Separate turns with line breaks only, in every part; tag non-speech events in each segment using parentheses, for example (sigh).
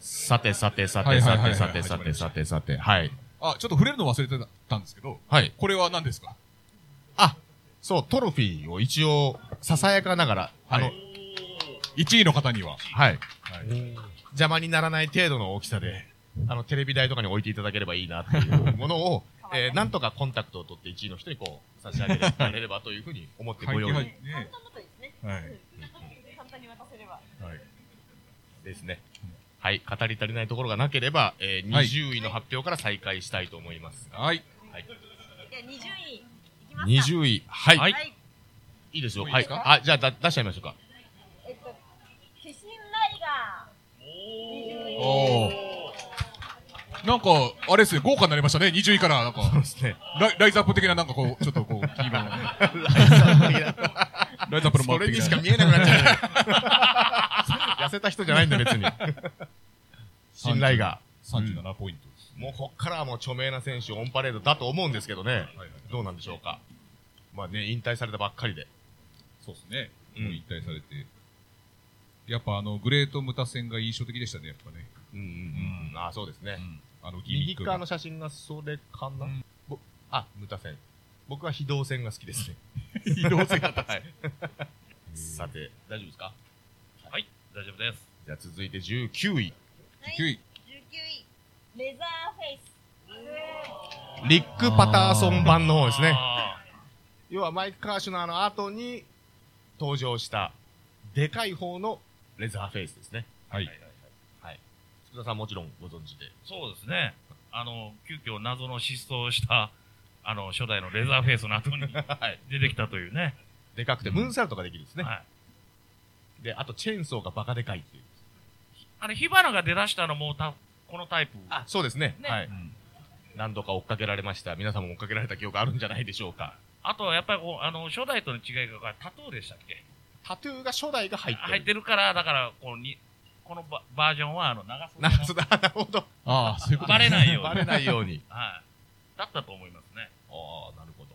さてさてさ
は
て
いは
さ
いは
て
いはい
さてさてさてさて、はい。
あ、ちょっと触れるの忘れてたんですけど、
はい。
これは何ですか
あ、そう、トロフィーを一応、ささやかながら、あの、
?1 位の方には。
はい。邪魔にならない程度の大きさで、あの、テレビ台とかに置いていただければいいなっていうもの
(laughs)
を、えーなんとかコンタクトを取って1位の人にこう、差し上げられればというふうに思ってご用
はい
意
ね
簡単だったですね。
はい
うん簡単に渡せれば。
はい
ですね。はい、語り足りないところがなければ、えー
はい
20位の発表から再開したいと思います。
はい。
はい。
では20位いきますか。
20位、はい。
はい
い、。いですよ。
もういい
は
で
い
す。か
あ、じゃあだ出しちゃいましょうか。
えっとキシンライガー。
おーなんか、あれですね、豪華になりましたね、20位から、なんか、
す (laughs) ね。
ライライズアップ的な、なんかこう、ちょっとこう、キーマン
(laughs)
をねライズアップの
それにしか
え
見えなくなっちゃう。痩せた人じゃないんだ、別に。 (laughs) 信頼が。
37ポイントです。
もうこっからはもう著名な選手、オンパレードだと思うんですけどね。
はいはい
どうなんでしょうか。まあね、引退されたばっかりで。
そうですね。
うん
もう引退されて。やっぱあの、グレートムタ戦が印象的でしたね、やっぱね。
うんうんうん。あ、そうですね。
あの、ギミ
右
ック
側
が
の。写真がそれかな、
うん
ぼあ、ムタ線。僕は非動線が好きです (laughs) ね。
移動性が高い。
(laughs) さて、大丈夫ですか
はい、大丈夫です。
じゃあ続いて19位。
はい。
9位。
19位レザーフェイス。
リック・パターソン版の方ですね。
あ
要はマイク・カーシュナーの後に登場した、でかい方のレザーフェイスですね。
はい
ー。はいはいはい
福田さんもちろんご存知で。
そうですね。あの、急遽謎の失踪した、あの、初代のレザーフェイスの後に
(laughs) はい。
出てきたというね。
でかくて、ムーンサルトができるんですね。
はい。
で、あとチェーンソーがバカでかいっていう。
あれ、火花が出だしたのもた、このタイプ。
あ、そうですね。
ね
は
う
い。
ん
何度か追っかけられました。皆さんも追っかけられた記憶あるんじゃないでしょうか。
あとはやっぱりこう、あの、初代との違いが、タトゥーでしたっけ
タトゥーが初代が入ってる。
入ってるから、だから、こうに、このババージョンは、あの、長袖
な
の
るほど、なるほど。
ああ、そういうこと
バレないように。
バレないように。 (laughs)
はい。だったと思いますね。
ああ、なるほど。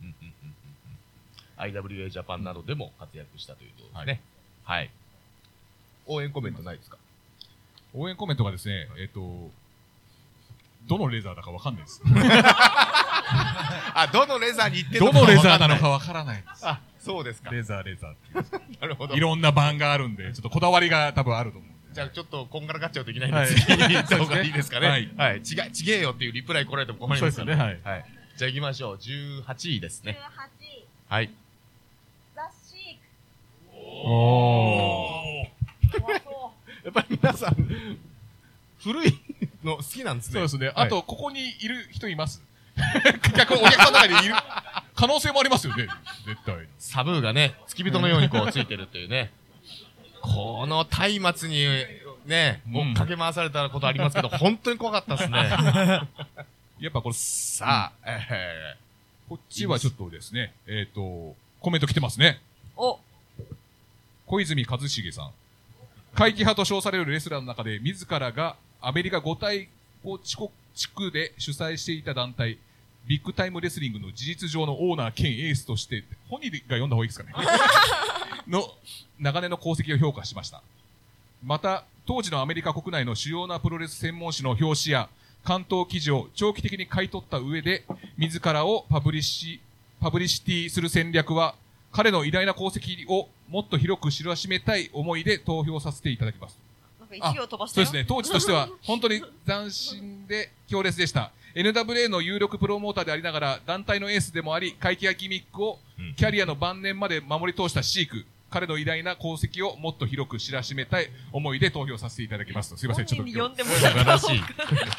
うんうんうんうんうん。IWA ジャパンなどでも活躍したということですね。はい。応援コメントないですか
応援コメントがですね、えっと、どのレザーだかわかんないです。
あ、どのレザーに行って
どのレザーなのかわからないです。
あ、そうですか。
レザー、レザーっていう
なるほど
い。ろんな版があるんで、ちょっとこだわりが多分あると思うんで。
じゃあち
ょ
ょ
っ
っとこんがらがっちゃうといけないん
はい
で、次に行った方がいいですかね。
は
はいい。はい。違え、違えよっていうリプライ来られても困りますから
そうですね
はい。じゃあ行きましょう。18位です
18
ね。
位
はい。
ザシ
と。おー。
ーク。怖そう。
やっぱり皆さん、古いの好きなんですね。
そうですね。
はい
あと、ここにいる人います客、お客さんの中にいる (laughs) 可能性もありますよね。絶対。
サブーがね、付き人のようにこうついてるというね。この松明にね、追っかけ回されたことありますけど、本当に怖かったです
(laughs)
ね。
やっぱこれ、
さあ、え
こっちはちょっとですね、えっ、と、コメント来てますね。
お
小泉一茂さん。会議派と称されるレスラーの中で、自らがアメリカ5大を地区地区で主催していた団体、ビッグタイムレスリングの事実上のオーナー兼エースとして、本人が読んだ方がいいですかね。の、長年の功績を評価しました。また、当時のアメリカ国内の主要なプロレス専門誌の表紙や、関東記事を長期的に買い取った上で、自らをパブリッシ、パブリシティする戦略は、彼の偉大な功績をもっと広く知らしめたい思いで投票させていただきます。
なんか1位を飛ばした
そう
よ。
ですね。当時としては、本当に斬新で強烈でした。NWA の有力プロモーターでありながら、団体のエースでもあり、会計やギミックを
うん
キャリアの晩年まで守り通したシーク。彼の偉大な功績をもっと広く知らしめたい思いで投票させていただきます。すいません、ちょっと
本人に
今
呼
日。
んでも
ー、素
らっ
晴
た
ら
方
しい
が。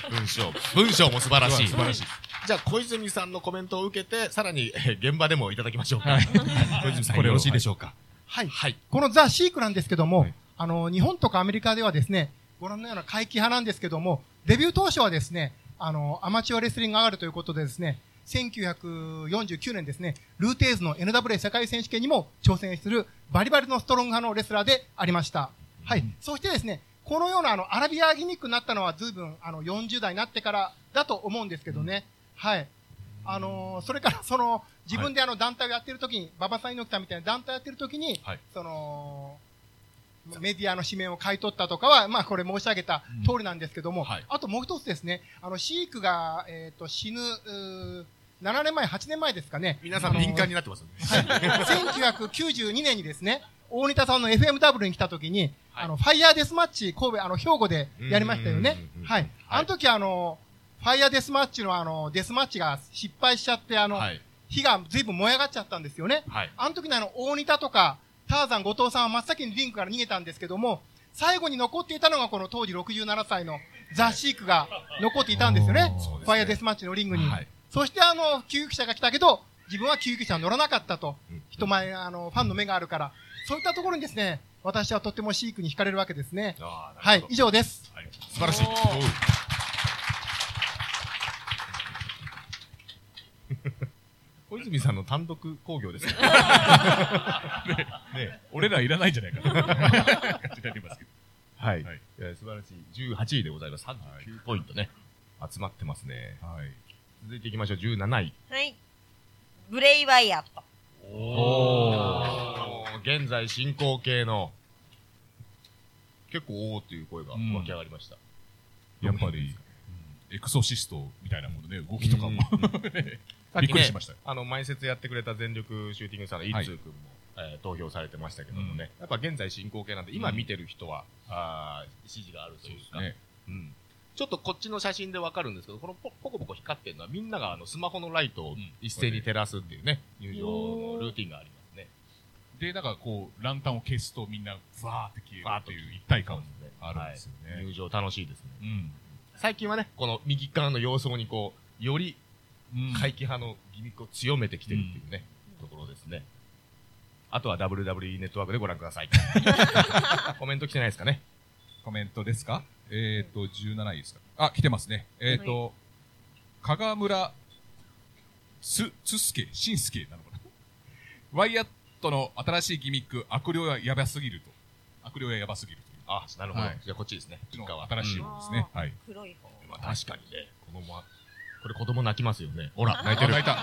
文章。文章も素晴らしい。
素晴らしい。
じゃあ、小泉さんのコメントを受けて、さらに、えー現場でもいただきましょうか。
はい
小泉さん、
これを
よろしいでしょうか。
はい。
はい。
このザ・シークなんですけども、
はい
あの、日本とかアメリカではですね、ご覧のような怪奇派なんですけども、デビュー当初はですね、あの、アマチュアレスリングがあるということでですね、1949年ですね、ルーテイズの NWA 世界選手権にも挑戦するバリバリのストロング派のレスラーでありました。はい。そしてですね、このようなあの、アラビアギミックになったのは随分、あの、40代になってからだと思うんですけどね。はい。あのーそれからその、自分であの団体をやってるときに、馬場さん猪木さんみたいな団体をやってるときに、
はい
その、メディアの紙面を買い取ったとかは、まあ、これ申し上げた通りなんですけども、
はい
あともう一つですね、あの、飼育が、えっ、と、死ぬ、うー7年前、8年前ですかね、
皆さん敏感になってますよね。
1992年にですね、大仁田さんの FMW に来た時に、
はい
あの、ファイヤーデスマッチ、神戸、あの、兵庫でやりましたよね
うんうんうんう。ん
はい。あの時、あの、ファイヤーデスマッチのあの、デスマッチが失敗しちゃって、あの、
はい。
火が随分燃え上がっちゃったんですよね。
はい。
あの時のあの、大仁田とか、ターザン、後藤さんは真っ先にリンクから逃げたんですけども、最後に残っていたのがこの当時67歳のザ・シークが残っていたんですよね
おーそうですね。
ファイヤーデスマッチのリングに。
はい
そしてあの、救急車が来たけど、自分は救急車に乗らなかったと。人前、あの、ファンの目があるから。そういったところにですね、私はとってもシークに惹かれるわけですね。
あー
は
なる
い
ほ、ど
以上です。
はい素晴らしい。
お
お
ー
う (laughs) 小泉さんの単独興行です (laughs) ね。ね
俺らいらないんじゃないか
(laughs)
な。感じになりますけど
はい
はい
いや素晴らしい。18位でございます。39ポイントね。集まってますね。
はい。
続いていきましょう。17位。
はい。ブレイワイアット。
おー現在進行形の、結構おーっていう声が
うん
湧き上がりました。
やっぱり、うんエクソシストみたいなものね、動きとかも。 (laughs)
さっきね
びっくりしましたよ。
あの、前説やってくれた全力シューティングさんのイッツー君も、えー投票されてましたけどもね、やっぱ現在進行形なんで、今見てる人は、あー支持があるというか、
ね。
うんちょっとこっちの写真でわかるんですけど、このポポコポコ光ってるのは、みんながあのスマホのライトを
うん
一斉に照らすっていうね、入場のルーティンがありますね。
で、なんかこう、ランタンを消すとみんな、ふわーって消える
バー
っ
ッ
て
と
いう一体感もあるんですよ
はい
ね。
入場楽しいですね。
うん。
最近はね、この右側の様相にこう、より
うん
怪奇派のギミックを強めてきてるっていうね、ところですね。あとは WWE ネットワークでご覧くださ
(laughs)
い。コメント来てないですかね。
コメントですかえっ、ー、と、17位ですかあ、来てますね。えっ、ー、と、加賀村、す、つすけ、しんすけなのかなワイヤットの新しいギミック、悪霊はやばすぎると。悪霊はやばすぎるという。
あ、なるほど。
はい
じゃあこっちですね。
こっちの
一家は
新しい
うん
ものですね。はい。
黒い方。
まあ確かにね、子供は、これ子供泣きますよね。ほら、泣いて
あ
る。
泣いた。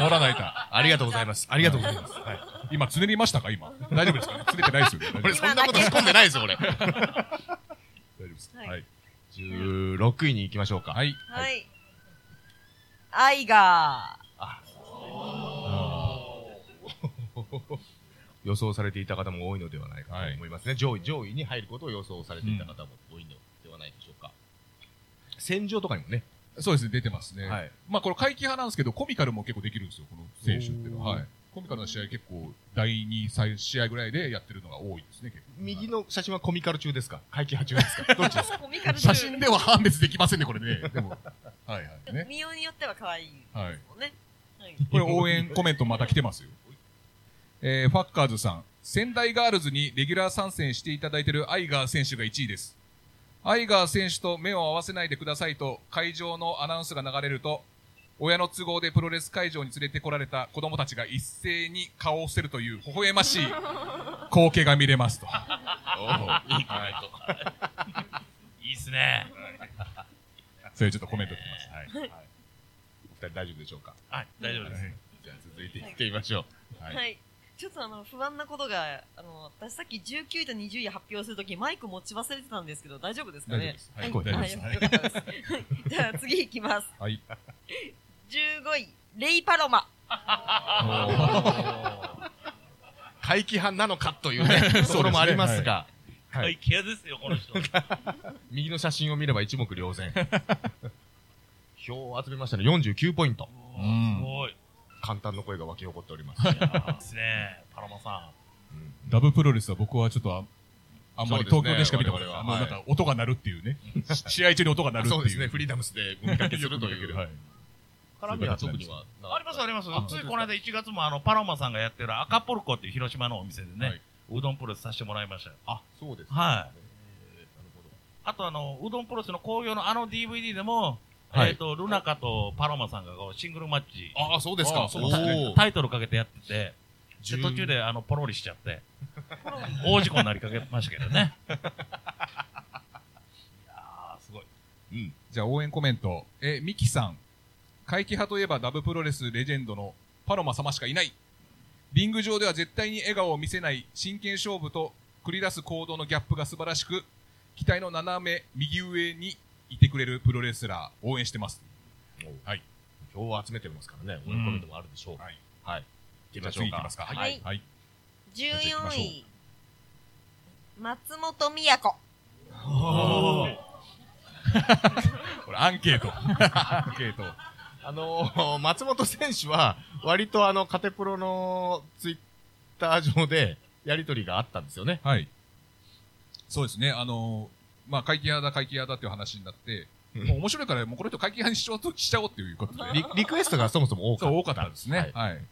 ほら泣いた。
ありがとうございます。ありがとうございます。はい。
今、つねりましたか今。大丈夫ですかねつねてないですよね。大丈夫
俺
です
そんなこと仕込んでないですよ、俺。
大丈夫です
はい
はい。
16位に行きましょうか。
はい。
はい。アイガ
予想されていた方も多いのではないかと思いますね、上位上位に入ることを予想されていた方も多いのではないでしょうか、戦場とかにもね、
そうですね、出てますね。
はい
まあ、これ、怪奇派なんですけど、コミカルも結構できるんですよ、この選手っていうのは。
おー
はい。コミカルの試合結構、第2、3試合ぐらいでやってるのが多いですね、結構。
右の写真はコミカル中ですか、会期派中ですか、どっちですか、
ー。コミカル
写真では判別できませんね、これね。でも。はいはい。ね。
見ようによっては可愛い
はい。
もんね。はい。
これ、応援コメントまた来てますよ。えー、ファッカーズさん。仙台ガールズにレギュラー参戦していただいてるアイガー選手が1位です。アイガー選手と目を合わせないでくださいと会場のアナウンスが流れると、親の都合でプロレス会場に連れてこられた子供たちが一斉に顔を伏せるという微笑ましい光景が見れますと。
おーいいコメント
いいっすね。
そういうちょっとコメント来てます。はい。
お二人大丈夫でしょうか、
はい、大丈夫です。
じゃあ続いていってみましょう、
はい
はい。ちょっとあの、不安なことが、あの、私さっき19位と20位発表するときマイク持ち忘れてたんですけど、大丈夫ですかね
大丈夫ですはい
はいよかったです。じゃあ次いきます。
はい。
15位、レイパロマ。
会期派なのかという、ね、 (laughs) ところもありますが、
はい、イケアですよ、この人。
右の写真を見れば一目瞭 (laughs) 然、票を集めましたね、49ポイント、
う
す
ん。
ごい。
簡単の声が沸き起こっております。
ですね。パラマさ
ダブプロレスは僕はちょっとああんまり
そう
東
ですね
京でしか見たことない。
我
あ
々
の
は
なんか音が鳴るっていうね。試合中に音が鳴るっていう。
そうですね、フリーダムスでゴミかけするという。
はい
絡みは特にはなかっ
ん。
た
ありますあります
あ。
ついこの間1月もあの、パラマさんがやってる赤ポルコっていう広島のお店でね、
はいう
どんプロレスさせてもらいましたよ。
あ、そうですね。
はい
えーなるほど
あとあの、うどんプロレスの興行のあの DVD でも、
はい
えっ、と、ルナカとパロマさんがこうシングルマッチ、
あ、そうですか。
あ
そ
そうう
で
ですす
ね
ね。
タイトルかけてやってて、
10
で途中であの、ポロリしちゃって、大事故になりかけましたけど
(laughs)
ね。いやー、すごい。
うん。
じゃあ応援コメント。え、ミキさん。怪奇派といえばダブプロレスレジェンドのパロマ様しかいない。リング上では絶対に笑顔を見せない真剣勝負と繰り出す行動のギャップが素晴らしく、期待の斜め右上にいてくれるプロレスラー、応援してます。はい。
票を集めてますからね、追い込みでもあるでしょう。
はい。
はい。行き
じゃ
ま
あ
しょ
次
う
いきま
か
す。か。
はい
はい。
14位、松本都。
これアンケート。アン
(laughs)
ケート。
あのー、 (laughs) 松本選手は、割とあの、カテプロのツイッター上で、やりとりがあったんですよね。
はい。そうですね。あのーまあ、会計屋だ、会計屋だっていう話になって、
うん
もう面白いから、もうこの人会計屋にしちゃおうとしちゃおうっていうことで。
リリクエストがそもそも多かっ
そう、
た。
多かったですね。はい。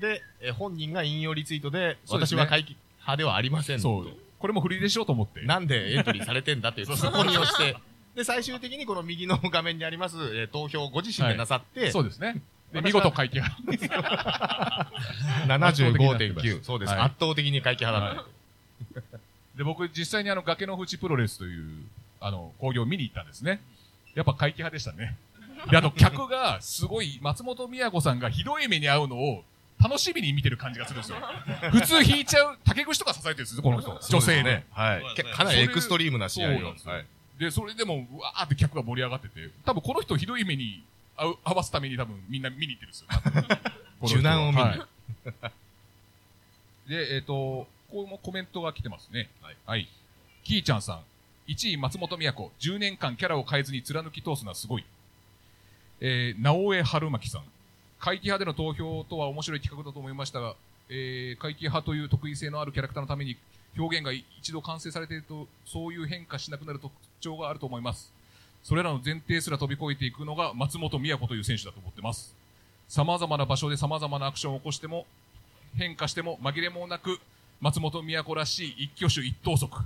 で、え本人が引用リツイートで、
そうです
私
ね
は会議派ではありません
そう
と。。
これもフリーでしようと思って。
なんでエントリーされてんだっていうツッコミをして、 (laughs) で、最終的にこの右の画面にあります、えー投票をご自身でなさって、
そうですね。
私
で、
は
見事会計屋。
75.9。そうです、
はい
圧倒的に会議派だった。
で、僕実際にあの、崖の淵プロレスという、あの、興行を見に行ったんですね。やっぱ会計派でしたね。で、
(laughs)
あと客がすごい、松本宮子さんがひどい目に遭うのを、楽しみに見てる感じがするんですよ。普通引いちゃう、竹串とか刺されてるんですよ、この人。女性ね。。
はい
そう。
け
ですね
かなりエクストリームな試合を
そうなん。ですよで、それでも、うわーって客が盛り上がってて、多分この人ひどい目に合う合わすために多分みんな見に行ってるんですよ。この人は
受難を見に
はいで、えっ、と、ここもコメントが来てますね。はい。キーちゃんさん、1位松本都子、10年間キャラを変えずに貫き通すのはすごい。えー、直江春巻さん、会期派での投票とは面白い企画だと思いましたが、えー、会期派という特異性のあるキャラクターのために表現が一度完成されていると、そういう変化しなくなる特徴があると思います。それらの前提すら飛び越えていくのが松本都という選手だと思ってます。様々な場所で様々なアクションを起こしても、変化しても紛れもなく、松本都らしい一挙手一投足。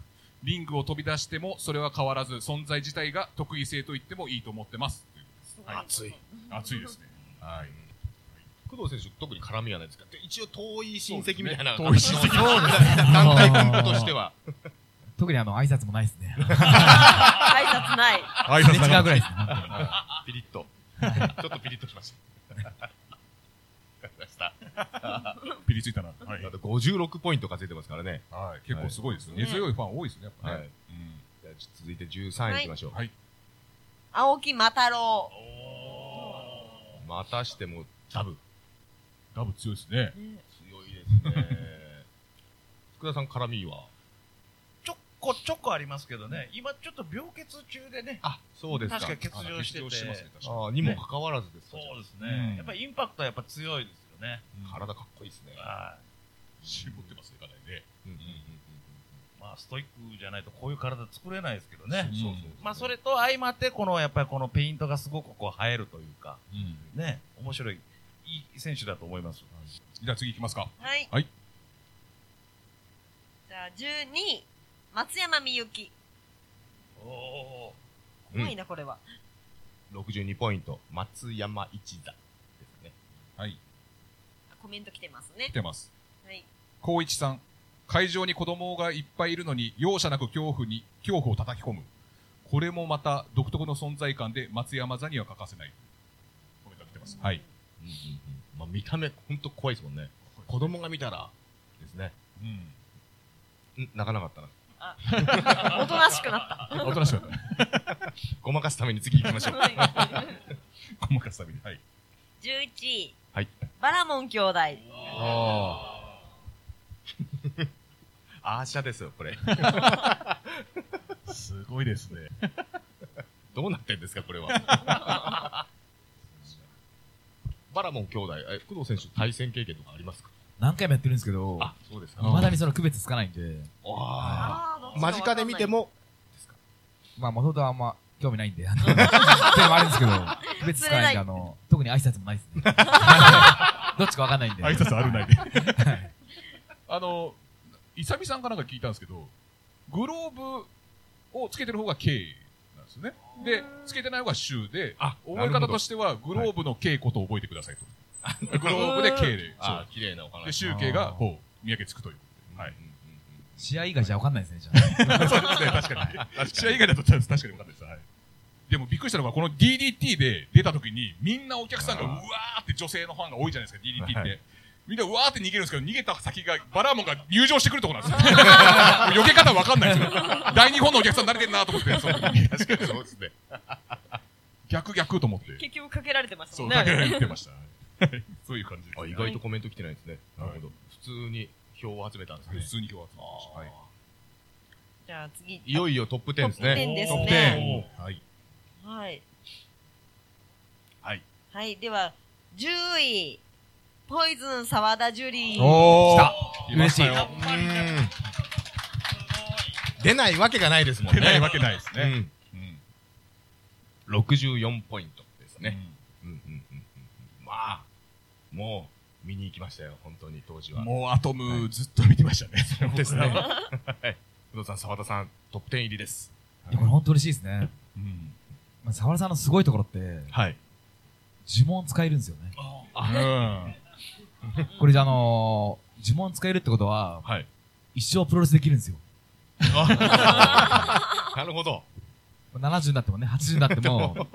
リングを飛び出してもそれは変わらず、存在自体が特異性と言ってもいいと思ってます。
熱い。
熱いですね。はい。
工藤選手、特に絡みはないですかで一応遠い親戚みたいな。
そうですね遠い親戚
そうですね。団体組としては。
特にあの、挨拶もないですね。
挨拶ない。
挨
すれ違うぐらいですね。本当に
ピリッと。ちょっとピリッとしました。わかりました。
ピリついたな。はい。
あと56ポイント稼いでますからね。
はい。結構すごいですよね。
はい
根強いファン多いですね、やっぱね。
はいじゃあ続いて13位いきましょう。
はい
青木又郎。
またしてもダブ。
ダブ強いですね。
強いですね。 (laughs) 福田さん絡みは
ちょこちょこありますけどね、今ちょっと病欠中でね、
あ、そうですか。
確か欠場して
あ
て、
欠場してますね、確か
あーにもかかわらずですか
そう。です
うん
ね、やっぱりインパクトはやっぱ強いですよね。
に。
体かっこいいですね。
は
絞ってますね、かなりね。
うんうんうん
いまあ、ストイックじゃないとこういう体作れないですけどね。
そうそう
まあ、それと相まって、この、やっぱりこのペイントがすごくこう映えるというか、
うん。
ね、面白い、いい選手だと思います。
じゃあ次行きますか。
はい。
はい
じゃあ、12位、松山みゆき。
おお
うん
怖いな、これは。
うん62ポイント、松山一座ですね。
はい。
あコメント来てますね
来。てます。
はい。
光一さん、会場に子供がいっぱいいるのに、容赦なく恐怖に、恐怖を叩き込む。これもまた独特の存在感で松山座には欠かせない。コメントが来てます。はい。
うんうんうんまあ見た目、ほんと怖いですもんね。子供が見たら、ですね。
うん。
ん泣かなか (laughs) ったな。
(laughs) おとなしくなった。
大人しかったね。
(laughs) ごまかすために次行きましょう。
細かさみはい。
11位、
はい。
バラモン兄弟。
あ (laughs) あ。アーシャですよ、これ。
すごいですね。
どうなってんですか、これは。バラモン兄弟、え工藤選手、対戦経験とかありますか
何回もやってるんですけど、
あ、そうですか。
未だにその区別つかないんで、
あ
あーどっ
ー
ちか
間
わか
近
んな
で
い
見て。も、
まあ、元々はあんま興味ないんで、あの、っていうのもあるんですけど、区別つかないんで、あの、特に挨拶もないですね。どっちかわかんないんで。
挨拶あるないで。あの、いさみさんかなんか聞いたんですけど、グローブをつけてる方が K なんですよね。で、つけてない方が衆で、
あ
覚え方としては、グローブの K ことを覚えてくださいと。グローブで K で。そう
あー綺麗なお
で、
話。
集計が、こう、見分けつくという。はい
うん。うんうん
試合以外じゃわかんないですね、じゃあ。
そうですね、確かに。試合以外だと、確かに分かんないです。はい。でもびっくりしたのが、この DDT で出た時に、みんなお客さんが、う
あ
わ
ー
ーって女性のファンが多いじゃないですか、DDT って。みんなうわーって逃げるんですけど、逃げた先が、バラーモンが入場してくるとこなんですよ。もう避け方わかんないですよ。大日本のお客さん慣れてんなと思って、その時
確かにそうですね。
逆逆と思って。
結局かけられてました
そ
も
う、
ん
だけ
ね。
言ってました。はいそういう感じです。
あ、意外とコメント来てないですね。なるほど。普通に票を集めたんです
普
ね。
通に今日集まりました。はい
じゃあ次。
いよいよトップ10ですね。
10です
トップ
ね
10はい。
はい。
はい。
はい、では、10位。ポイズン沢田樹里。
おー。
来ましたよ
嬉
うーん出ないわけがないですもん
出ない
ね。
わけないですね。うん
うん。64ポイントですね。
ね。
うんうんうんうんうんまあ、もう、見に行きましたよ、本当に、当時は。
もうアトムずっと見てましたね。
うですね。はい。不動さん、澤田さん、トップ10入りです。
いやこれ本当嬉しいですね。
うん。
まあ、沢田さんのすごいところって、
はい。
呪文使えるんですよね。
うん。
これじゃあのー、呪文使えるってことは、
はい。
一生プロレスできるんですよ。
なるほど。
70になってもね、80になっても、こ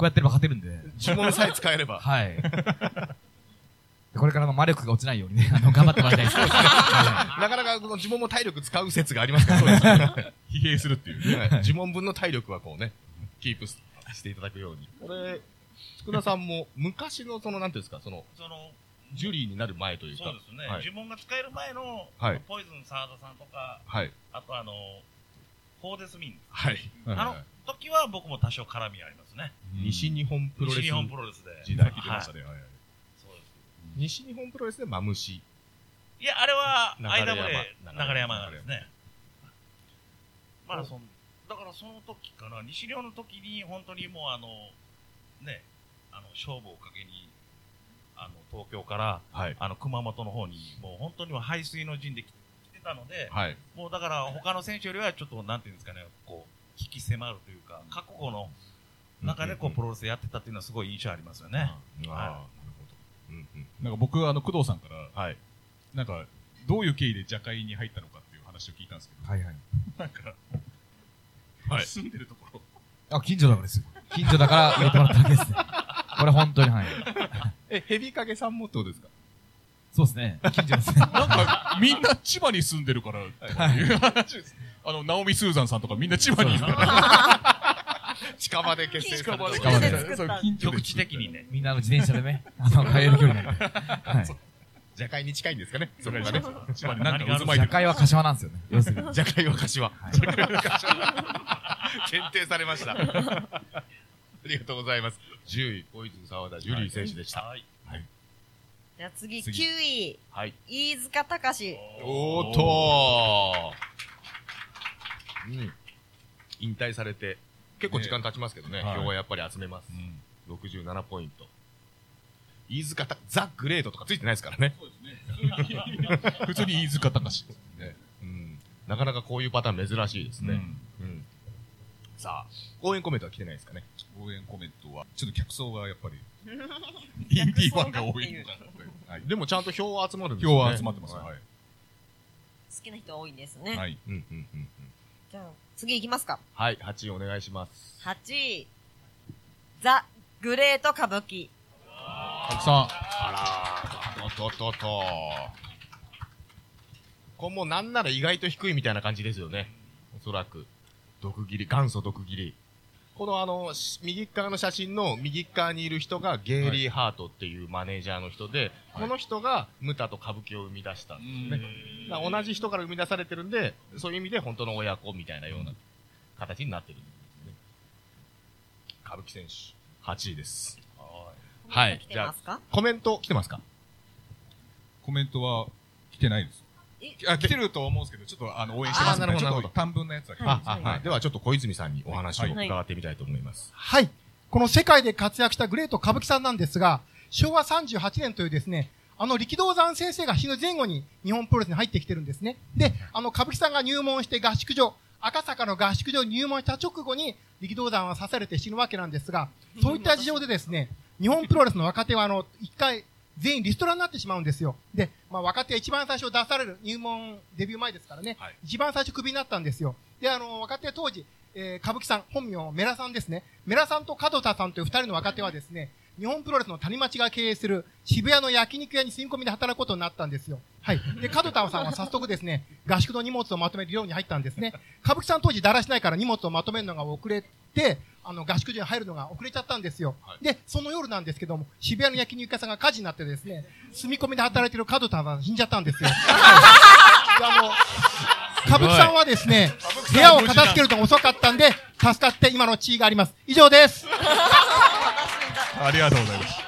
うやってれば勝てるんで。
(laughs) 呪文さえ使えれば。
はい。 (laughs) でこれからの魔力が落ちないように (laughs) ね、あの、頑張ってもらいたいです。は
(laughs) なかなかこの呪文も体力使う説がありますから、そうですね。 (laughs)
疲弊するっていうね。
はい呪文分の体力はこうね、キープししていただくように。これ、福田さんも昔のその、なんていうんですか、その、
その、
ジュリーになる前というか。
そうですね、
はい
呪文が使える前の、
はい
ポイズンサードさんとか、
はい。
あとあの、コーデスミン。
はい。
あの時は僕も多少絡みありますね。
西日本プロレス
西日本プロレスで。
時代
聞いてましたね。はいはい
そうです
西日本プロレスでマムシ。
いや、あれは、
流れ
IW
山
で流山なんですね。ま
う
あ、
ん
そんだからその時かな、西陵の時に、本当にもうあの、ね、あの、勝負をかけに、あの、東京から、
はい。
あの、熊本の方に、もう本当にもう排水の陣で来てたので、
はい。
もうだから他の選手よりはちょっとなんていうんですかね、こう、聞き迫るというか、覚悟の中でこ
うんうんう
うんプロレスやってたっていうのはすごい印象ありますよね。
ああ、なるほど。うんうん。
なんか僕、あの、工藤さんから、
はい。
なんか、どういう経緯でジャカイに入ったのかっていう話を聞いたんですけど、
いはい。
なんか、
はい
住んでるところ、
あ、近所だからですよ。近所だから入れてもらっただけですね。これ本当にはい。
え、ヘビ影さんもってことですか
そうですね。近所ですね。
なんか、 (laughs) みんな千葉に住んでるから、っていう話です。あの、ナオミ・スーザンさんとかみんな千葉にいるから、
近場で結成された
近
場で
作った
近所で
局地的にね。
みんなあの自転車でね、 (laughs) あの、通える距離なんで。はい。
ジャカイに近いんですかねそ
そ
れ
れ
が
が
ね
ね。千葉になんか渦巻い
社
てる。
会は柏なんですよね。要する
(laughs)
に。
ジャカイは柏。
はい
限定されました。ありがとうございます。10位、小泉沢田、ジュリー選手でした。
はい。
じゃあ次、9
次
位。
はい。
飯塚隆 (laughs) 史。
おーっ
(laughs)
とーうん。引退されて、結構時間経ちますけどね、
ねはい
今日はやっぱり集めます
う。ん
67ポイント。飯塚た、ザ・グレートとかついてないですからね。
普通に飯塚隆ですね。
うん。なかなかこういうパターン珍しいです
う
ね。
ん
うん。さあ、応援コメントは来てないですかね。
応援コメントは、ちょっと客層がやっぱり、イン
客
ディー
層
フ
が
ァンが多いのかなという。はい。
でもちゃんと票は集まるんですよね。
今日は集まってます。は
好きな人多いんです
い。
ね。
はい。
うんうんうんうん。
じゃあ次いきますか。
はい、8位お願いします。
8位。ザ・グレート歌舞伎。
たくさ
あらー、とととと。これもうなんなら意外と低いみたいな感じですよね。おそらく。毒斬り、元祖毒斬り。このあの、し右側の写真の右側にいる人がゲイリー・ハートっていうマネージャーの人で、
はい
この人がムタと歌舞伎を生み出したんですね。だから同じ人から生み出されてるんで、そういう意味で本当の親子みたいなような形になってるんですね。歌舞伎選手、8位です。はい
来てますか
コメント来てますか
ん、コメントは来てないです
え。
あ、来てると思うんですけど、ちょっとあの、応援してますんで
あーなるほど
ちょっと
なるほど
短文のやつだけ。
はい
ああはいではちょっと小泉さんにお話を
はい
伺ってみたいと思います。
はい。この世界で活躍したグレート歌舞伎さんなんですが、昭和38年というですね、あの力道山先生が日の前後に日本プロレスに入ってきてるんですね。で、あの歌舞伎さんが入門して合宿所、赤坂の合宿所に入門した直後に力道山は刺されて死ぬわけなんですが、そういった事情でですね、日本プロレスの若手はあの、一回全員リストラになってしまうんですよ。で、まあ若手は一番最初出される入門デビュー前ですからね、
はい
一番最初クビになったんですよ。で、あの、若手は当時、えー歌舞伎さん、本名、メラさんですね。メラさんと角田さんという二人の若手はですね、日本プロレスの谷町が経営する渋谷の焼肉屋に住み込みで働くことになったんですよ。はい。で、角田さんは早速ですね、合宿の荷物をまとめる寮に入ったんですね。歌舞伎さん当時だらしないから荷物をまとめるのが遅れて、あの、合宿所に入るのが遅れちゃったんですよ。で、その夜なんですけども、渋谷の焼肉屋さんが火事になってですね、住み込みで働いてる角田さんが死んじゃったんですよ。はいであの、歌舞伎さんはですね、部屋を片付けるのが遅かったんで、助かって今の地位があります。以上です。
ありがとうございます。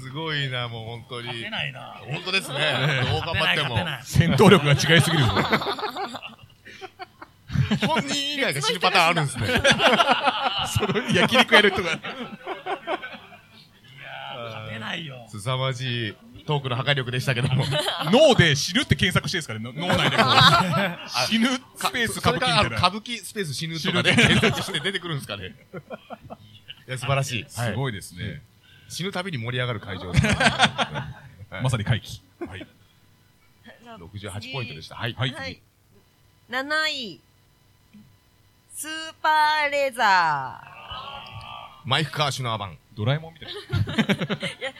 すごいな、もう本当に。
出ないな。
本当ですね。どう頑張っても。
戦闘力が違いすぎるぞ。
本人以外が死ぬパターンあるんですね。
(laughs) その焼肉やる人が。
出ないよ。
凄まじいトークの破壊力でしたけども。
脳で死ぬって検索してですからね、脳内でこ (laughs) う。死ぬスペース歌
それ
舞
からあの
伎みたい
歌舞伎スペース死ぬとかで検索して出てくるんですかね。 (laughs) いや、素晴らしい。
な。す
はい
ごいですね。
死ぬたびに盛り上がる会場です。 (laughs)
まさに回帰。
はい
じ (laughs) ゃあ
68ポイントでした。はい。
はい
はい。7位。スーパーレザ
マイク・カーシュナー版。
ドラえもんみたいな。
ー。いや、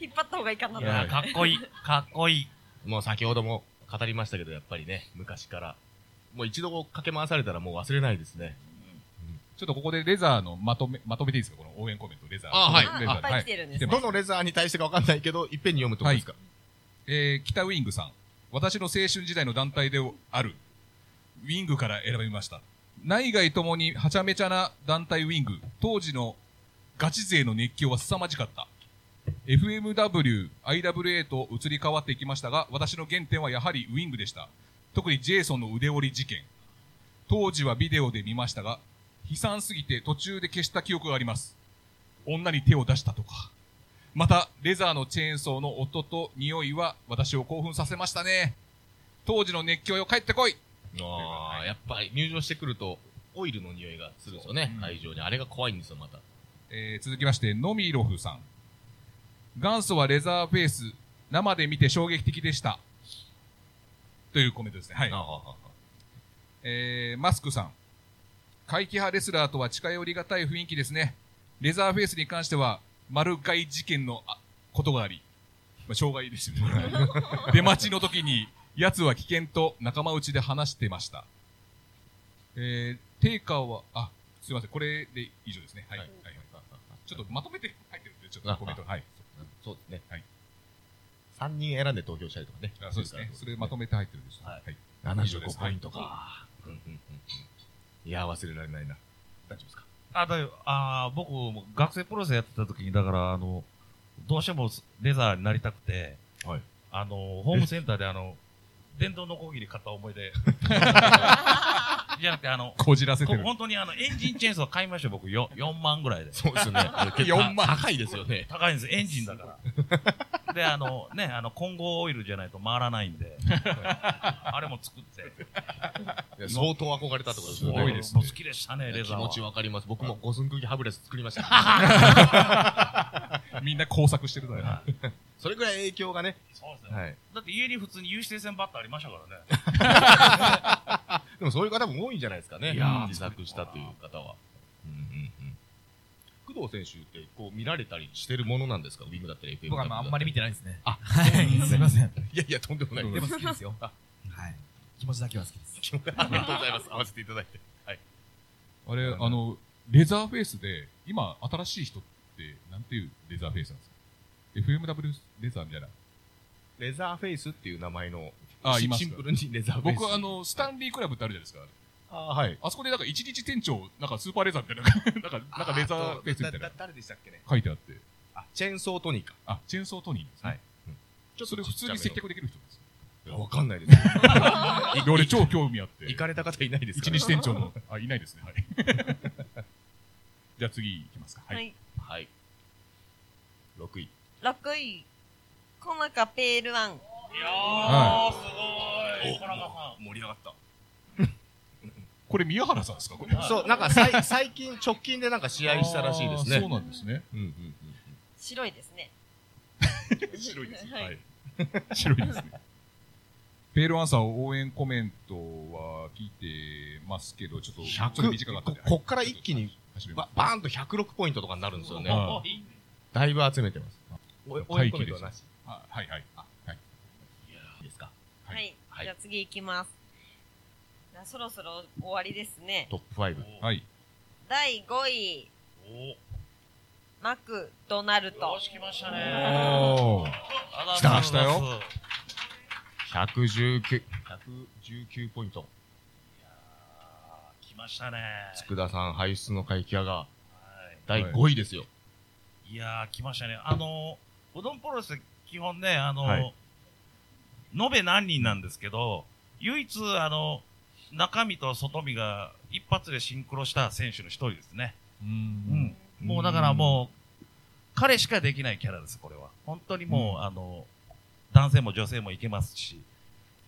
引っ張った方がいいかなと
いや
思
あかっこいい。かっこいい。
もう先ほども語りましたけど、やっぱりね、昔から。もう一度かけ回されたらもう忘れないですね。
ちょっとここでレザーのまとめ、まとめていいですかこの応援コメント、レザー。
あはい
レザー
いっぱい来てるんです
はい来てます
どのレザーに対してかわかんないけど、いっぺんに読むとこですか。
えー、北ウィングさん。私の青春時代の団体である、ウィングから選びました。内外ともにはちゃめちゃな団体ウィング。当時のガチ勢の熱狂は凄まじかった。FMW、IWA と移り変わっていきましたが、私の原点はやはりウィングでした。特にジェイソンの腕折り事件。当時はビデオで見ましたが、悲惨すぎて途中で消した記憶があります。女に手を出したとか。また、レザーのチェーンソーの音と匂いは私を興奮させましたね。当時の熱狂よ帰ってこい
ああ、やっぱり入場してくると、オイルの匂いがするんですよね
う、ん
会場に。あれが怖いんですよ、また。
えー続きまして、ノミロフさん。元祖はレザーフェイス、生で見て衝撃的でした。というコメントですね。はい
あ。あ
えーマスクさん。怪奇派レスラーとは近寄りがたい雰囲気ですね。レザーフェイスに関しては、丸買い事件のあことがあり、まあ、障害ですよね。出待ちの時に、奴は危険と仲間内で話してました。えー、テイカーは、あ、すいません、これで以上ですね。はい。
は
はいいはいちょっとまとめて入ってるんで、ちょっとコメント。はい。
そうですね。
はい
3人選んで投票したりとかね。
あそうですね。それまとめて入ってるんです。
はい
はい。以上で
75
す
ポイントか。うんうんうんうんいや、忘れられないな。大丈夫ですか
あ、だよ、あー僕も学生プロレスやってた時に、だから、あの、どうしてもレザーになりたくて、
はい
あの、ホームセンターであの、電動のこぎり買った思い (laughs) 出。じゃなくて、あの、
こじらせて
こ
る。
本当にあの、エンジンチェーンソー買いましたよ、僕、よ4万ぐらいで。
そうですよね。あれ結構
4万
高いですよね。
高いんです、エンジンだから。で、あの、ね、あの、混合オイルじゃないと回らないん
(laughs)
で、あれも作って。
いや相当憧れたってことですよ
ごい
ね。
ですね
もう好きでしたね、レザ
気
ーは。
持ちわかります。僕も五寸釘ハブレス作りました。 (laughs)
みんな工作してるだよな。
それぐらい影響がね。
そうですよ、
はい。
だって家に普通に有刺線バットありましたからね。
でもそういう方も多いんじゃないですかね。
いやー
自作したという方は。うんうんうん工藤選手ってこう見られたりしてるものなんですかウィングだったり FM
(laughs) 僕はまああんまり見てないですね。
あ
はい。すいません。
いやいや、とんでもない。
でも
あ
好きです
(laughs)
よ。はい。気持ちだけは好きです。
りがとうございます。合わせていただいて。
あれ、あの、レザーフェイスで、今、新しい人って、なんていうレザーフェイスなんですか ?FMW レザーみたいな。
レザーフェイスっていう名前の、
あ、
シ
います
シンプルにレザーフェイス。
僕はあ、の、スタンリークラブってあるじゃないですか。
あーはい。
あそこでなんか一日店長、なんかスーパーレザーみたいな、なん (laughs) か、なんかレザーフェイスみた
だ
いな
だ誰でしたっけね。
書いてあって、
あ、チェーンソートニカ。
あ、チェーンソートニーですね。
はいちょっ
そ
と
れ
ち
普
っちゃ
通
めの
に接客できる人です。
いやわかんないです。
で俺超興味あって、
(laughs) 行かれた方いないです
一
かね
日店長
(laughs)
の、あ、いないですね。はい。じゃあ次行きますか。
は
はい。
い。
はい。6位。
6位。コナカペールワン。
いやー、
は
すごい。小中さん。
盛り上がった。
これ宮原さんですかこれ。
そう、なんかさい最近、直近でなんか試合したらしいです
あ
ね。
ーそうなんですね。
うんうんうん
白いですね。
白いですね。
はい
はい。白いですね。ペールアンサー応援コメントは聞いてますけど、ちょっと、
100
ちょっと短かったんで
ここっから一気に
走れま
ばバーンと106ポイントとかになるんですよね。
は
はい
だいぶ集めてます。お追い込みではなし。
す。あはいはい。あはい
いいですか
はい
はい。
はい
じゃあ次行きます。じゃあそろそろ終わりですね。
トップ5。
はい。
第5位、
お
マクドナル
お
ド
よ。し来ましたね
おー
あら
来たよ
119、119ポイント。
あー来ましたね
佃さん輩出の怪奇屋が
は
第5位ですよ。
いいやー来ましたねあのうどんポロレス基本ねあの、
はい
延べ何人なんですけど唯一あの中身と外身が一発でシンクロした選手の一人ですね
う。
うんんもうだからもう、彼しかできないキャラです、これは。本当にもう、あの、男性も女性もいけますし、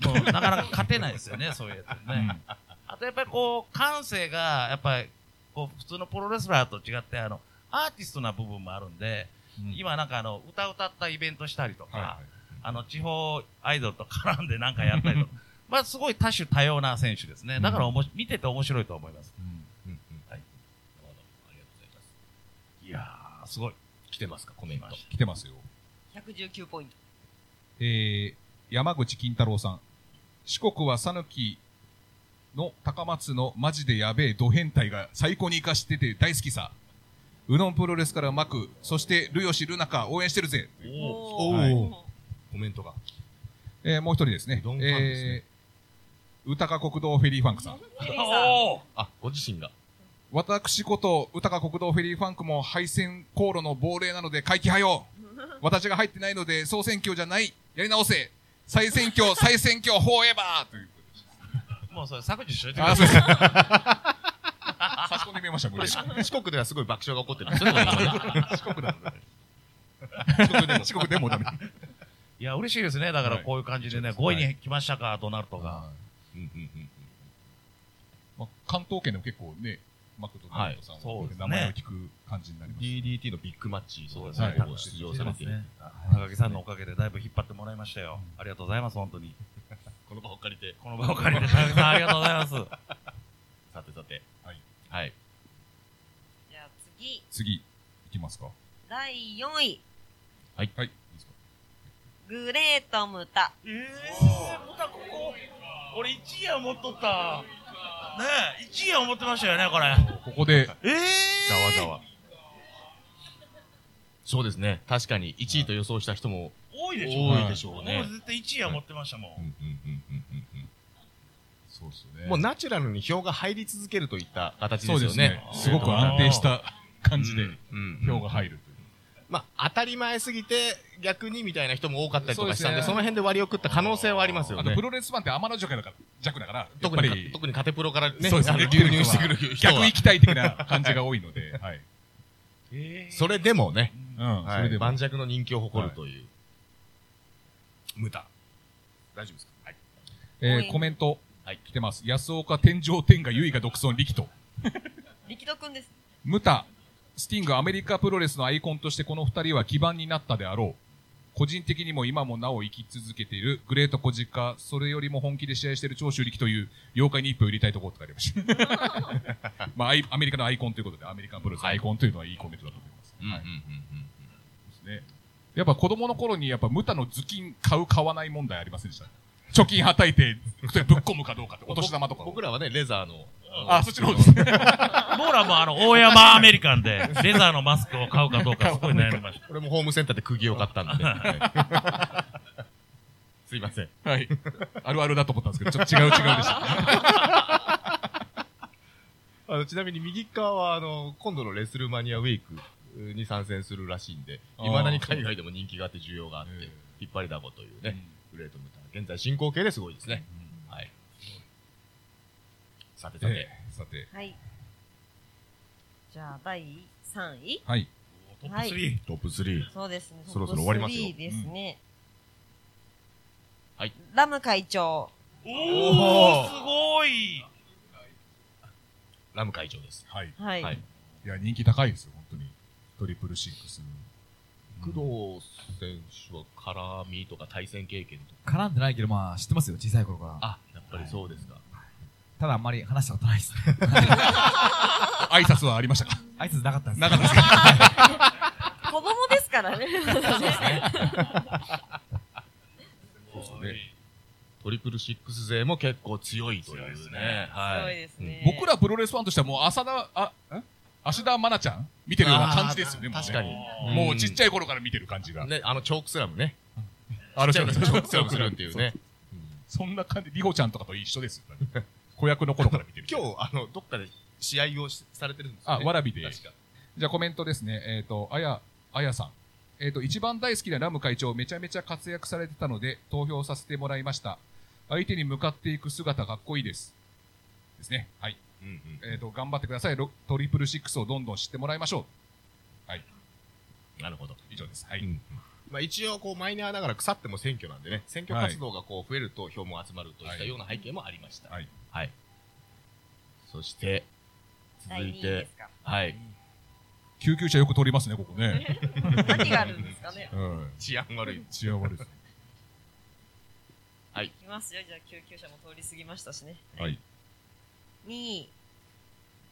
もうなかなか勝てないですよ (laughs) ね、そういうやつね。あとやっぱりこう、感性が、やっぱり、こう、普通のプロレスラーと違って、あの、アーティストな部分もあるんで、
うん
今なんかあの、歌歌ったイベントしたりとか、
はいはい。
あの、地方アイドルと絡んでなんかやったりとか、まあすごい多種多様な選手ですね。だからおもし、見てて面白いと思います。
うん
うんうん
なるほどありがとうございます。いやー、すごい。
来てますか、コメント。
来てますよ。
119ポイント。
えー、山口金太郎さん。四国は讃岐の高松のマジでやべえド変態が最高に活かしてて大好きさ。うどんプロレスから巻く、そしてルヨシルナカ応援してるぜ。
おー
ー
コメントが。
えー、もう一人ですね。
うどんファンですね
えー、歌か国道フェリーファンクさん。
リリーさ
あ、ご自身が。
私こと、歌か国道フェリーファンクも配線航路の亡霊なので回帰はよ私が入ってないので、総選挙じゃないやり直せ再選挙、再選挙、フォーエバーということです。
もうそれ削除しといてく
あ、
だ
そ
さ
う
い。
です。差し込んでみました、無理。
四国ではすごい爆笑が起こってる。それもいいよね四国だもんね。
遅刻でもダメ。
(laughs) いや、嬉しいですね。だから
はい
こういう感じでね、
はい
5位に来ましたか、ドナルドが。
うんうんうん
まあ、関東圏でも結構ね、マクドナルドさんは、
はいそうですね
名前を聞く感じになります。
DDT のビッグマッチ、
そうです
ね
最後出場されて、
高木さんのおかげでだいぶ引っ張ってもらいましたよ。ありがとうございます、本当に。
この場を借りて、
この場を借りて、高木さんありがとうございます。
さてさて。
はい。
はい。
んじゃあ次、
次、いきますか。
第4位、
はい。
はい。いいですか
グレートムタ。
えー、またここ、俺1位や思っとった。ねえ、1位や思ってましたよね、これ。
ここで、
えー、
ざわざわ。そうですね。確かに1位と予想した人も
多いでしょ。
は
多いでしょうね
僕。絶対1位や思ってましたも
うん
ん。
うんうんうんうんうん
そうですね。
もうナチュラルに票が入り続けるといった形
そ
で
う
す
で
よ
す
ね
ね。。すごく安定した感じで、
うん
票が入るという。
まあ、当たり前すぎて、逆にみたいな人も多かったりとかしたんで、
そうですね
その辺で割り送った可能性はありますよ
あと、
ね
プ。ロレス版って天の弱だから、弱だから、やっ
特
ぱ
に、
り、
特にカテプロからね、
そうです
あの
ね、
流入してくる人は
逆行きたい的な感じが多いので、はい。
えー
それでもね、
うん、それでも
盤石の人気を誇るという。無駄。大丈夫ですかはい。
えーコメント、
はい
来てます。安岡天井天下優位が独尊力と。
力道くんです。
ムタ、スティング、アメリカプロレスのアイコンとしてこの二人は基盤になったであろう。個人的にも今もなお生き続けているグレート小鹿、それよりも本気で試合している長州力という妖怪に一票入れたいところって書いてました。
(laughs)
まあ、アイアメリカのアイコンということで、アメリカンプロレスのアイコンというのはいいコメントだと思います。
うんうんう
はい
んうん。
ですね。やっぱ子供の頃にやっぱムタの頭巾買う買わない問題ありませんでした貯金はたいて、それぶっ込むかどうか (laughs) って、お年玉とかを。
僕らはね、レザーの。
あ、そっちの方ですね。
僕らもあの、大山アメリカンで、レザーのマスクを買うかどうかすごい悩みました。
俺もホームセンターで釘を買ったんで。 (laughs) はい (laughs) すいません。
(laughs) はい。あるあるだと思ったんですけど、ちょっと違う違うでした。
あの、ちなみに右側は、あの、今度のレスルマニアウェイクに参戦するらしいんで、
あー
いまだに海外でも人気があって需要があって
ええ、
引っ張りだこというね、グレートムター。現在進行形ですごいですね。はい。さてさて
え。えさて、
はい。じゃあ第3位。
はい。
トップ3。
(laughs) トップ3。
そうですね。
そろそろ終わりますよ
トップ3ですね。
はい。
ラム会長。
お
おー
ー、すごい。
ラム会長です。
はい。
はい。
はい
いや、人気高いですよ、本当に。トリプルシックス。
工藤選手は絡みとか対戦経験とか。
絡んでないけど、まあ、知ってますよ、小さい頃から。
あ、やっぱりそうですか。
(laughs) ただ、あんまり話したことないです。
挨拶はありましたか
挨拶なかったんです
なかったです
(laughs) 子供ですからね。
トリプルシックス勢も結構強いというね。
(laughs) すご
はいい。
ですね。
僕らプロレスファンとしてはもう浅田、あ、ん芦田愛菜ちゃん見てるような感じですよね、もうね
確かに。
もうちっちゃい頃から見てる感じが。
ね、あの、チョークスラムね。(laughs)
あ
チョークスラムするっていうね。
そんな感じ、リホちゃんとかと一緒ですよ。 (laughs) 子役の頃から見てる。
今日、あの、どっかで試合をしされてるんですよ
あ、
ね。
わらびで。
確か。
じゃあコメントですね。えっ、と、あや、あやさん。えっ、と、一番大好きなラム会長、めちゃめちゃ活躍されてたので、投票させてもらいました。相手に向かっていく姿かっこいいです。ですね。はい。
うんうん。
えっ、と、頑張ってください。ロトリプルシックスをどんどん知ってもらいましょ
なるほど。
う。以上です。はい。
うんまあ一応、こう、マイナーながら腐っても選挙なんでね、選挙活動がこう、増えると票も集まるといったような背景もありました。
はい。
はい。そして、
第
続
二
い
位で
て
す、か。
はい。
救急車よく通りますね、ここね。
何があるんですかね。
うん。
治安悪い。
治安悪いですね。
いきますよ。じゃあ救急車も通り過ぎましたしね。
はい。
2位、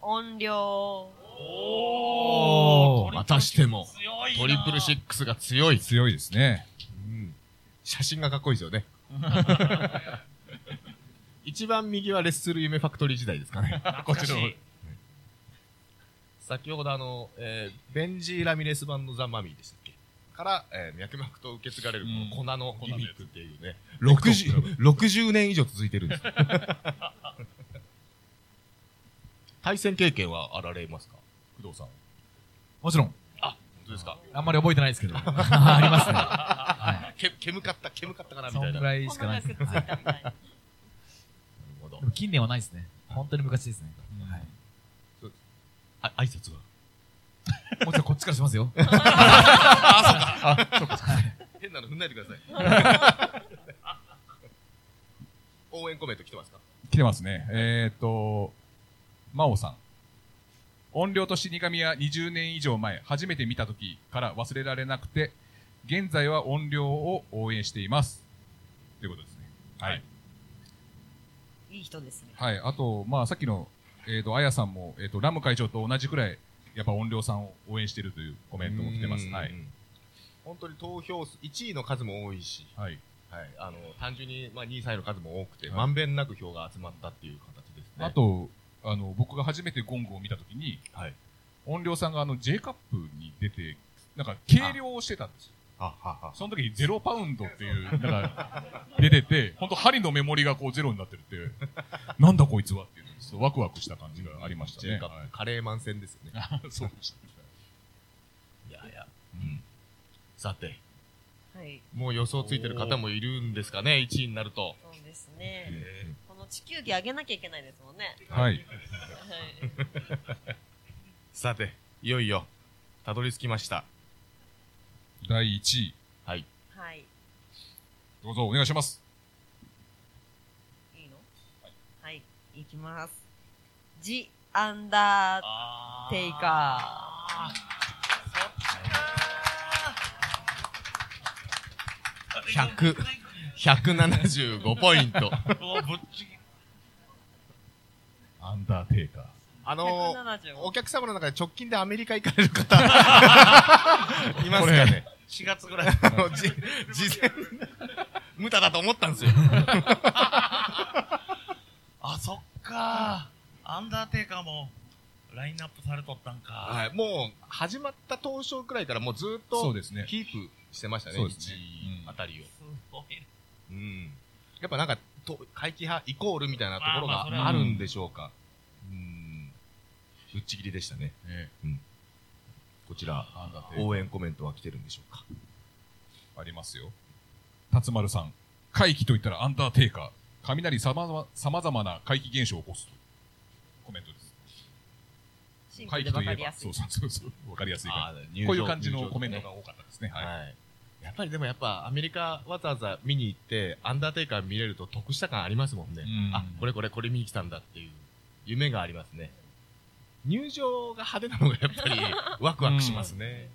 音量。
おー
またしても
強いな
トリプルシックスが強い。
強いですね。
うん写真がかっこいいです
(laughs)
よね。一番右はレッスル夢ファクトリー時代ですかね。
懐かしい
こっちの先ほどあの、えーベンジー・ラミレス版のザ・マミーでしたっけから、えー脈々と受け継がれる
うん
この粉のギミックっていうね、60, 60年以上続いてるんです。 (laughs) 対戦経験はあられますか工藤さん。
もちろん、
本当ですか
あんまり覚えてないですけど。 (laughs) あり (laughs) ますね。
け煙かった、煙かったかなみ
そ
たい
ん
な。
ぐ
なる
らい
こ
し
ん
か
な
ない
や
で
つ
す
が。ついたみたいな。
ほど
でも近年はないですね。本当に昔ですね。はい。
あ挨拶は
もちろんこっちからしますよ。
変なの踏んないでください。応援コメント来てますか
来てますね。えっ、と、真央さん。音量と死神は20年以上前、初めて見た時から忘れられなくて、現在は音量を応援しています。ということですね。はい。
いい人ですね。
はい。あと、まあ、さっきの、えっ、と、あやさんも、えっ、と、ラム会長と同じくらい、やっぱ音量さんを応援しているというコメントも来てます。はい。。
本当に投票数、1位の数も多いし、
はい。
はい、あの、単純に、まあ、2位、3位の数も多くて、
はい
まんべんなく票が集まったっていう形ですね。
あ、と、あの、僕が初めてゴングを見たときに、
はい。
音量さんがあの、J カップに出て、なんか、計量をしてたんですよ。
あ、はは。
その時にゼロパウンドっていう、なんか、出てて、本当針のメモリがこうゼロになってるって、なんだこいつはっていう、ちょっとワクワクした感じがありましたね。
J カップ
はい
カレーマン戦ですよね。
そうでした。
いやいや。さて、
はい。
もう予想ついてる方もいるんですかね、1位になると。
そうですね。この地球儀上げなきゃいけないですもんね。
はい。
はい。
さて、いよいよ、たどり着きました。
第1位、
はい。
はい。
どうぞお願いします。
いいのはい。いきます。ジ・アンダー
あー
テイカ
100、175ポ (laughs) イント。
おぶっちぎ
アンダーテイカー。
あ
ー。
のー、
175
お客様の中で直近でアメリカ行かれる (laughs) 方、いますかね。
4月ぐら
(laughs)
い。
あの、じ、事前に、無駄だと思ったん (laughs) ですよ。
あ、そっかアンダーテイカーもラインナップされとったんか。
はい。もう、始まった当初くらいからもうずっ
そ
と
う、ですね。
キープしてましたね、
そうですね
1
うん
あたりを。
すごいね。
うん。やっぱなんか、と回帰派イコールみたいなところ
まあまあそれは
があるんでしょうか。うん。ぶっちぎりでしたね。
ね
こちら、
アンダーテイカ
応援コメントは来てるんでしょうか。
ーありますよ。辰丸さん、怪奇と言ったらアンダーテイカー。雷様々様々な怪奇現象を起こすと。コメントです。
シンプ
怪
ルで
奇と
わ
い
か
え
りや
ば、
す
そ。
いう
そうそうそう。わかりやすい感
あー
じ。
入場
こういう感じの
入場
コメントが多かったですね。はい。
はい。やっぱりでもやっぱアメリカわざわざ見に行って、アンダーテイカー見れると得した感ありますもんね
うん。
あ、これこれこれ見に来たんだっていう夢がありますね。入場が派手なのがやっぱりワクワクしますね。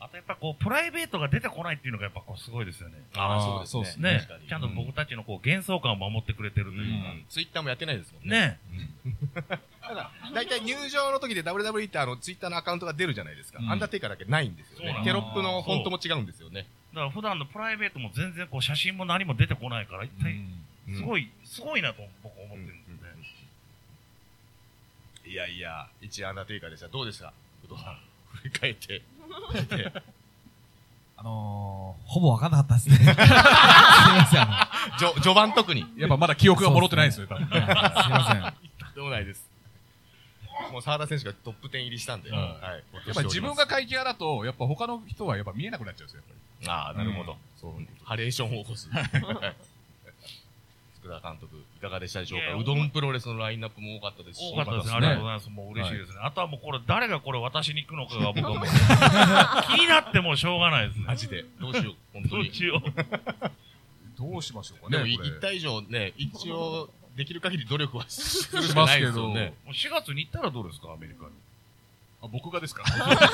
あとやっぱこう、プライベートが出てこないっていうのがやっぱこうすごいですよね。
あー
そうですね
ね
確かに。
ちゃんと僕たちのこう、幻想感を守ってくれてるといううか。
んツイッターもやってないですもんね。
ね。
ただ大体入場の時で WWE ってあの、ツイッターのアカウントが出るじゃないですか。
うん
アンダーテイカーだけないんですよ
そうな
ね
ん。
テロップのフォントも違うんですよね。
だから普段のプライベートも全然こう写真も何も出てこないから、一体、
うん
すごい、すごいなと僕思ってるんですね。
いやいや、一アンダーテイカーでした。どうでした工藤さん。 (laughs) 振り返って。
あのー、ほぼ分かんなかったですね。 (laughs) すいません、あ
じょ序盤特に。
やっぱまだ記憶が戻ってないですよ、多分
の、はいすいません。
どうもないです。もう沢田選手がトップ10入りしたんで。
うん
はい。
やっぱ自分が会計派だと、やっぱ他の人はやっぱ見えなくなっちゃうんですよ、やっ
ああ、なるほど。
そう
ハレーションを起こす。福田監督、いかがでしたでしょう
い
か
や
うどんプロレスのラインナップも多かったですし。
多かったですね。あ
多かったですね
りがとうございます。もう嬉しいですね。あとはもうこれ、誰がこれ渡しに行くのかが僕 (laughs) はもう、気になってもうしょうがないですね。
マジで。どうしよう、本当
どっ
に。
ちを。
ぱり。どうしましょうか
で
ね。
も、い
これ
一体以上ね、一応、できる限り努力は (laughs) するし
し
か
ま
な
す
い
け
です
ど
よね。
もう4月に行ったらどうですか、アメリカに。
あ僕がですか
そうでし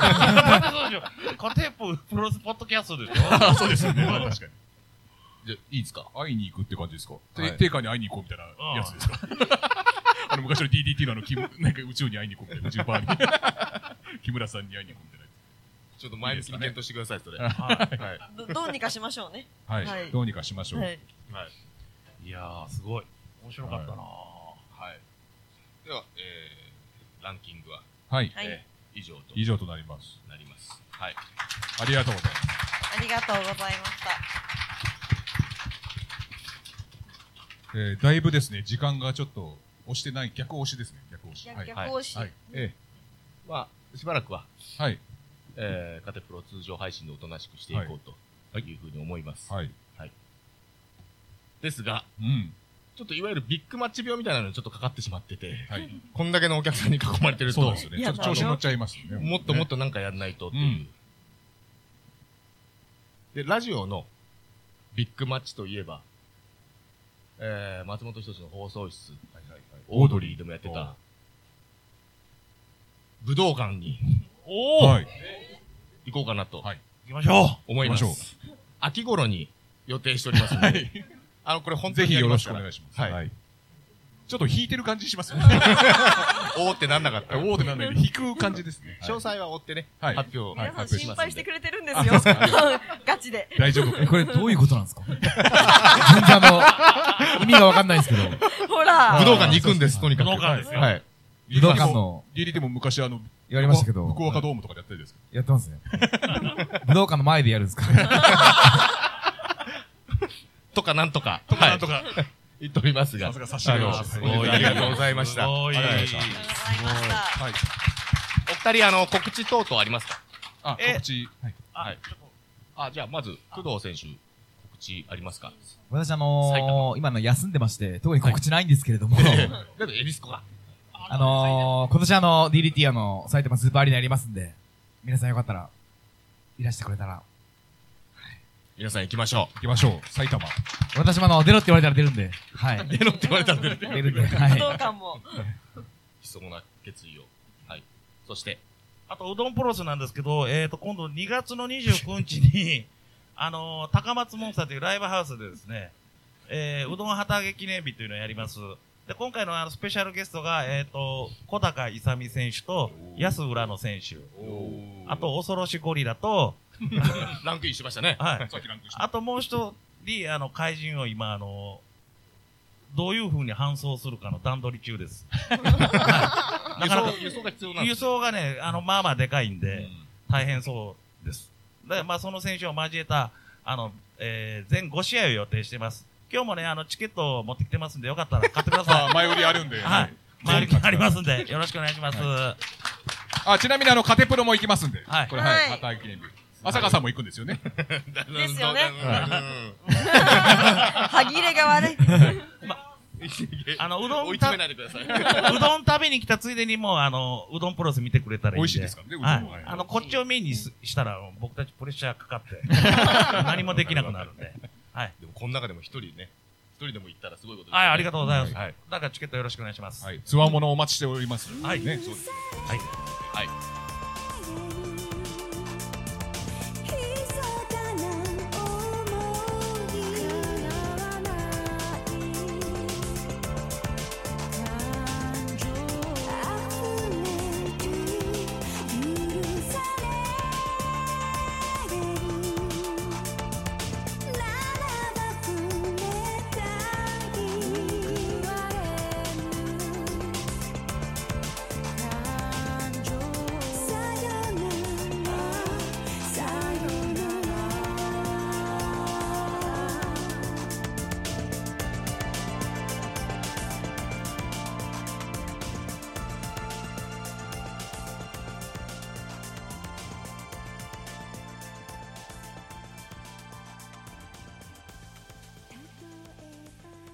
ょカテーププロレスポッドキャストでしょそうですよね。確かに。
じゃあ、いいですか
会いに行くって感じですか、
はい
て定価に会いに行こうみたいなやつですかあの昔の DDT のあのキム、なんか宇宙に会いに行こうみたいな、宇宙バー
(laughs)
に。木村さんに会いに行こうみたい
ちょっと前向きに検討してください、それ。
はい
はい。
どどうにかしましょうね。
な。はい。
はい
どうにかしましょう。
はい。
(laughs) いやー、すごい。面白かったな
はい。では、えー、ランキングは、
はい。
はい
えー以上と
以上となります。
なります。はい。
ありがとうございます。
ありがとうございました。
えーだいぶですね、時間がちょっと押してない、逆押しですね、逆押し。
逆
はい。
逆押し、
はい。え
まあ、しばらくは、
えはい。
えー、カテプロ通常配信でおとなしくしていこうというふうに思います。
はい。
ですが、
うん。
ちょっといわゆるビッグマッチ病みたいなのにちょっとかかってしまってて、
はい。
こんだけのお客さんに囲まれてると、
そうですよね。
い
ちょ
や
っと調子乗っちゃいますね。
もっともっ
と。
となんかやんないとっていう。
うん
で、ラジオのビッグマッチといえば、えー、松本人志の放送室、オードリーでもやってた、武道館に
おー、
はい。
行こうかなと
はい
行きましょう
思います。
行きま
秋頃に予定しておりますので、あの、これ本当
ぜ
に
ひ
や
よ
り
ろ
ま
し
すか
くお
ら
願いします。
はい
い。ちょっと引いてる感じしますね。
おーってなんなかった。詳
(laughs) おおでなんで引く感じです
(laughs)
ね。はい
細は追ってね、
はい
発表。
皆さん
発表
心
ます
配
で
してくれてるんですよ。 (laughs) ガチで。
大丈夫。
え、これどういうことなんですか全然あの、意味がわかんないんですけど。
ほら
武。道館に行くんです、
あー
とにかく。
武道館ですよ
はい。
武道館の
DD でも昔あの、
やりましたけど
福岡ドームとかでやったりですけ
やってますね。武道館の前でやるんですか
とかなんとか。
ど。とか
は
ないんと。か、
言っておりますが。
さすが差し上げま
あ
す。
のありがとうございました
すごい
ありがとうございまし
ありがとうございました。
はい。
お二人、あの、告知等々ありますか
あ、
え
告知。はい
あ
はい
ちょっと
あ、じゃあ、まず、工藤選手、告知ありますか
私あ
埼
のー、今の休んでまして、特に告知ないんですけれども、
だって、エビスコが。
あのー、今年あの、DDT あの、埼玉スーパーアリーナやりますんで、皆さんよかったら、いらしてくれたら。
皆さん行きましょ
行きましょう。埼玉。
私もあの、出ろって言われたら出るんで、はい。
う。
(laughs)
出ろって言われたんで、 (laughs) ね、
出るんで、は
武道
い。
館も。 (laughs)
ひそもな決意を。はい。そして、
あと、うどんプロレスなんですけど、えっ、と、今度2月の29日に、 (laughs) あのー高松モンスターというライブハウスでですね、えーうどん旗揚げ記念日というのをやります。で、今回のあのスペシャルゲストが、えっ、と、小高勇選手と、安浦野選手、あと、恐ろしゴリラと、
ランクインしましたね。
はい。
さっきランクして
あともう一人、あの、怪人を今、あのどういう風に搬送するかの段取り中です。
輸
なかなか
送、輸送が必要なんで
輸
す。
送がね、あの、まあまあでかいんで、
うん
大変そうです。で、まあ、その選手を交えた、あの、えー全5試合を予定してます。今日もね、あの、チケットを持ってきてますんで、よかったら買ってく
(laughs)
だ
あ
さ、い。
前売りあるんで。
はい。周りにありますんで、よろしくお願いします。
あ、ちなみにあの、カテプロも行きますんで。
はい
これ、は。
はいい
旗揚げ記念日。浅川さんも行くんですよね。
ですよね
うん
歯切れが悪い。
あの、うど
追
ん
い詰
た
め、ないでください。 (laughs)
うどん食べに来たついでにもう、あの、うどんプロレス見てくれたらいい
美
んで。
味しいですからねうどん
は
は
い
い。
あの、こっちをメインにすしたら、僕たちプレッシャーかか
(laughs)
って、何もできなくなるんで。はい。
でも、この中でも一人ね、一人でも行ったらすごいことですよね
はい、ありがとうございます。
はい
だからチケットよろしくお願いします。
はい。つわものお待ちしております。
はい
ね、そうです。
はい
はい。
「夢に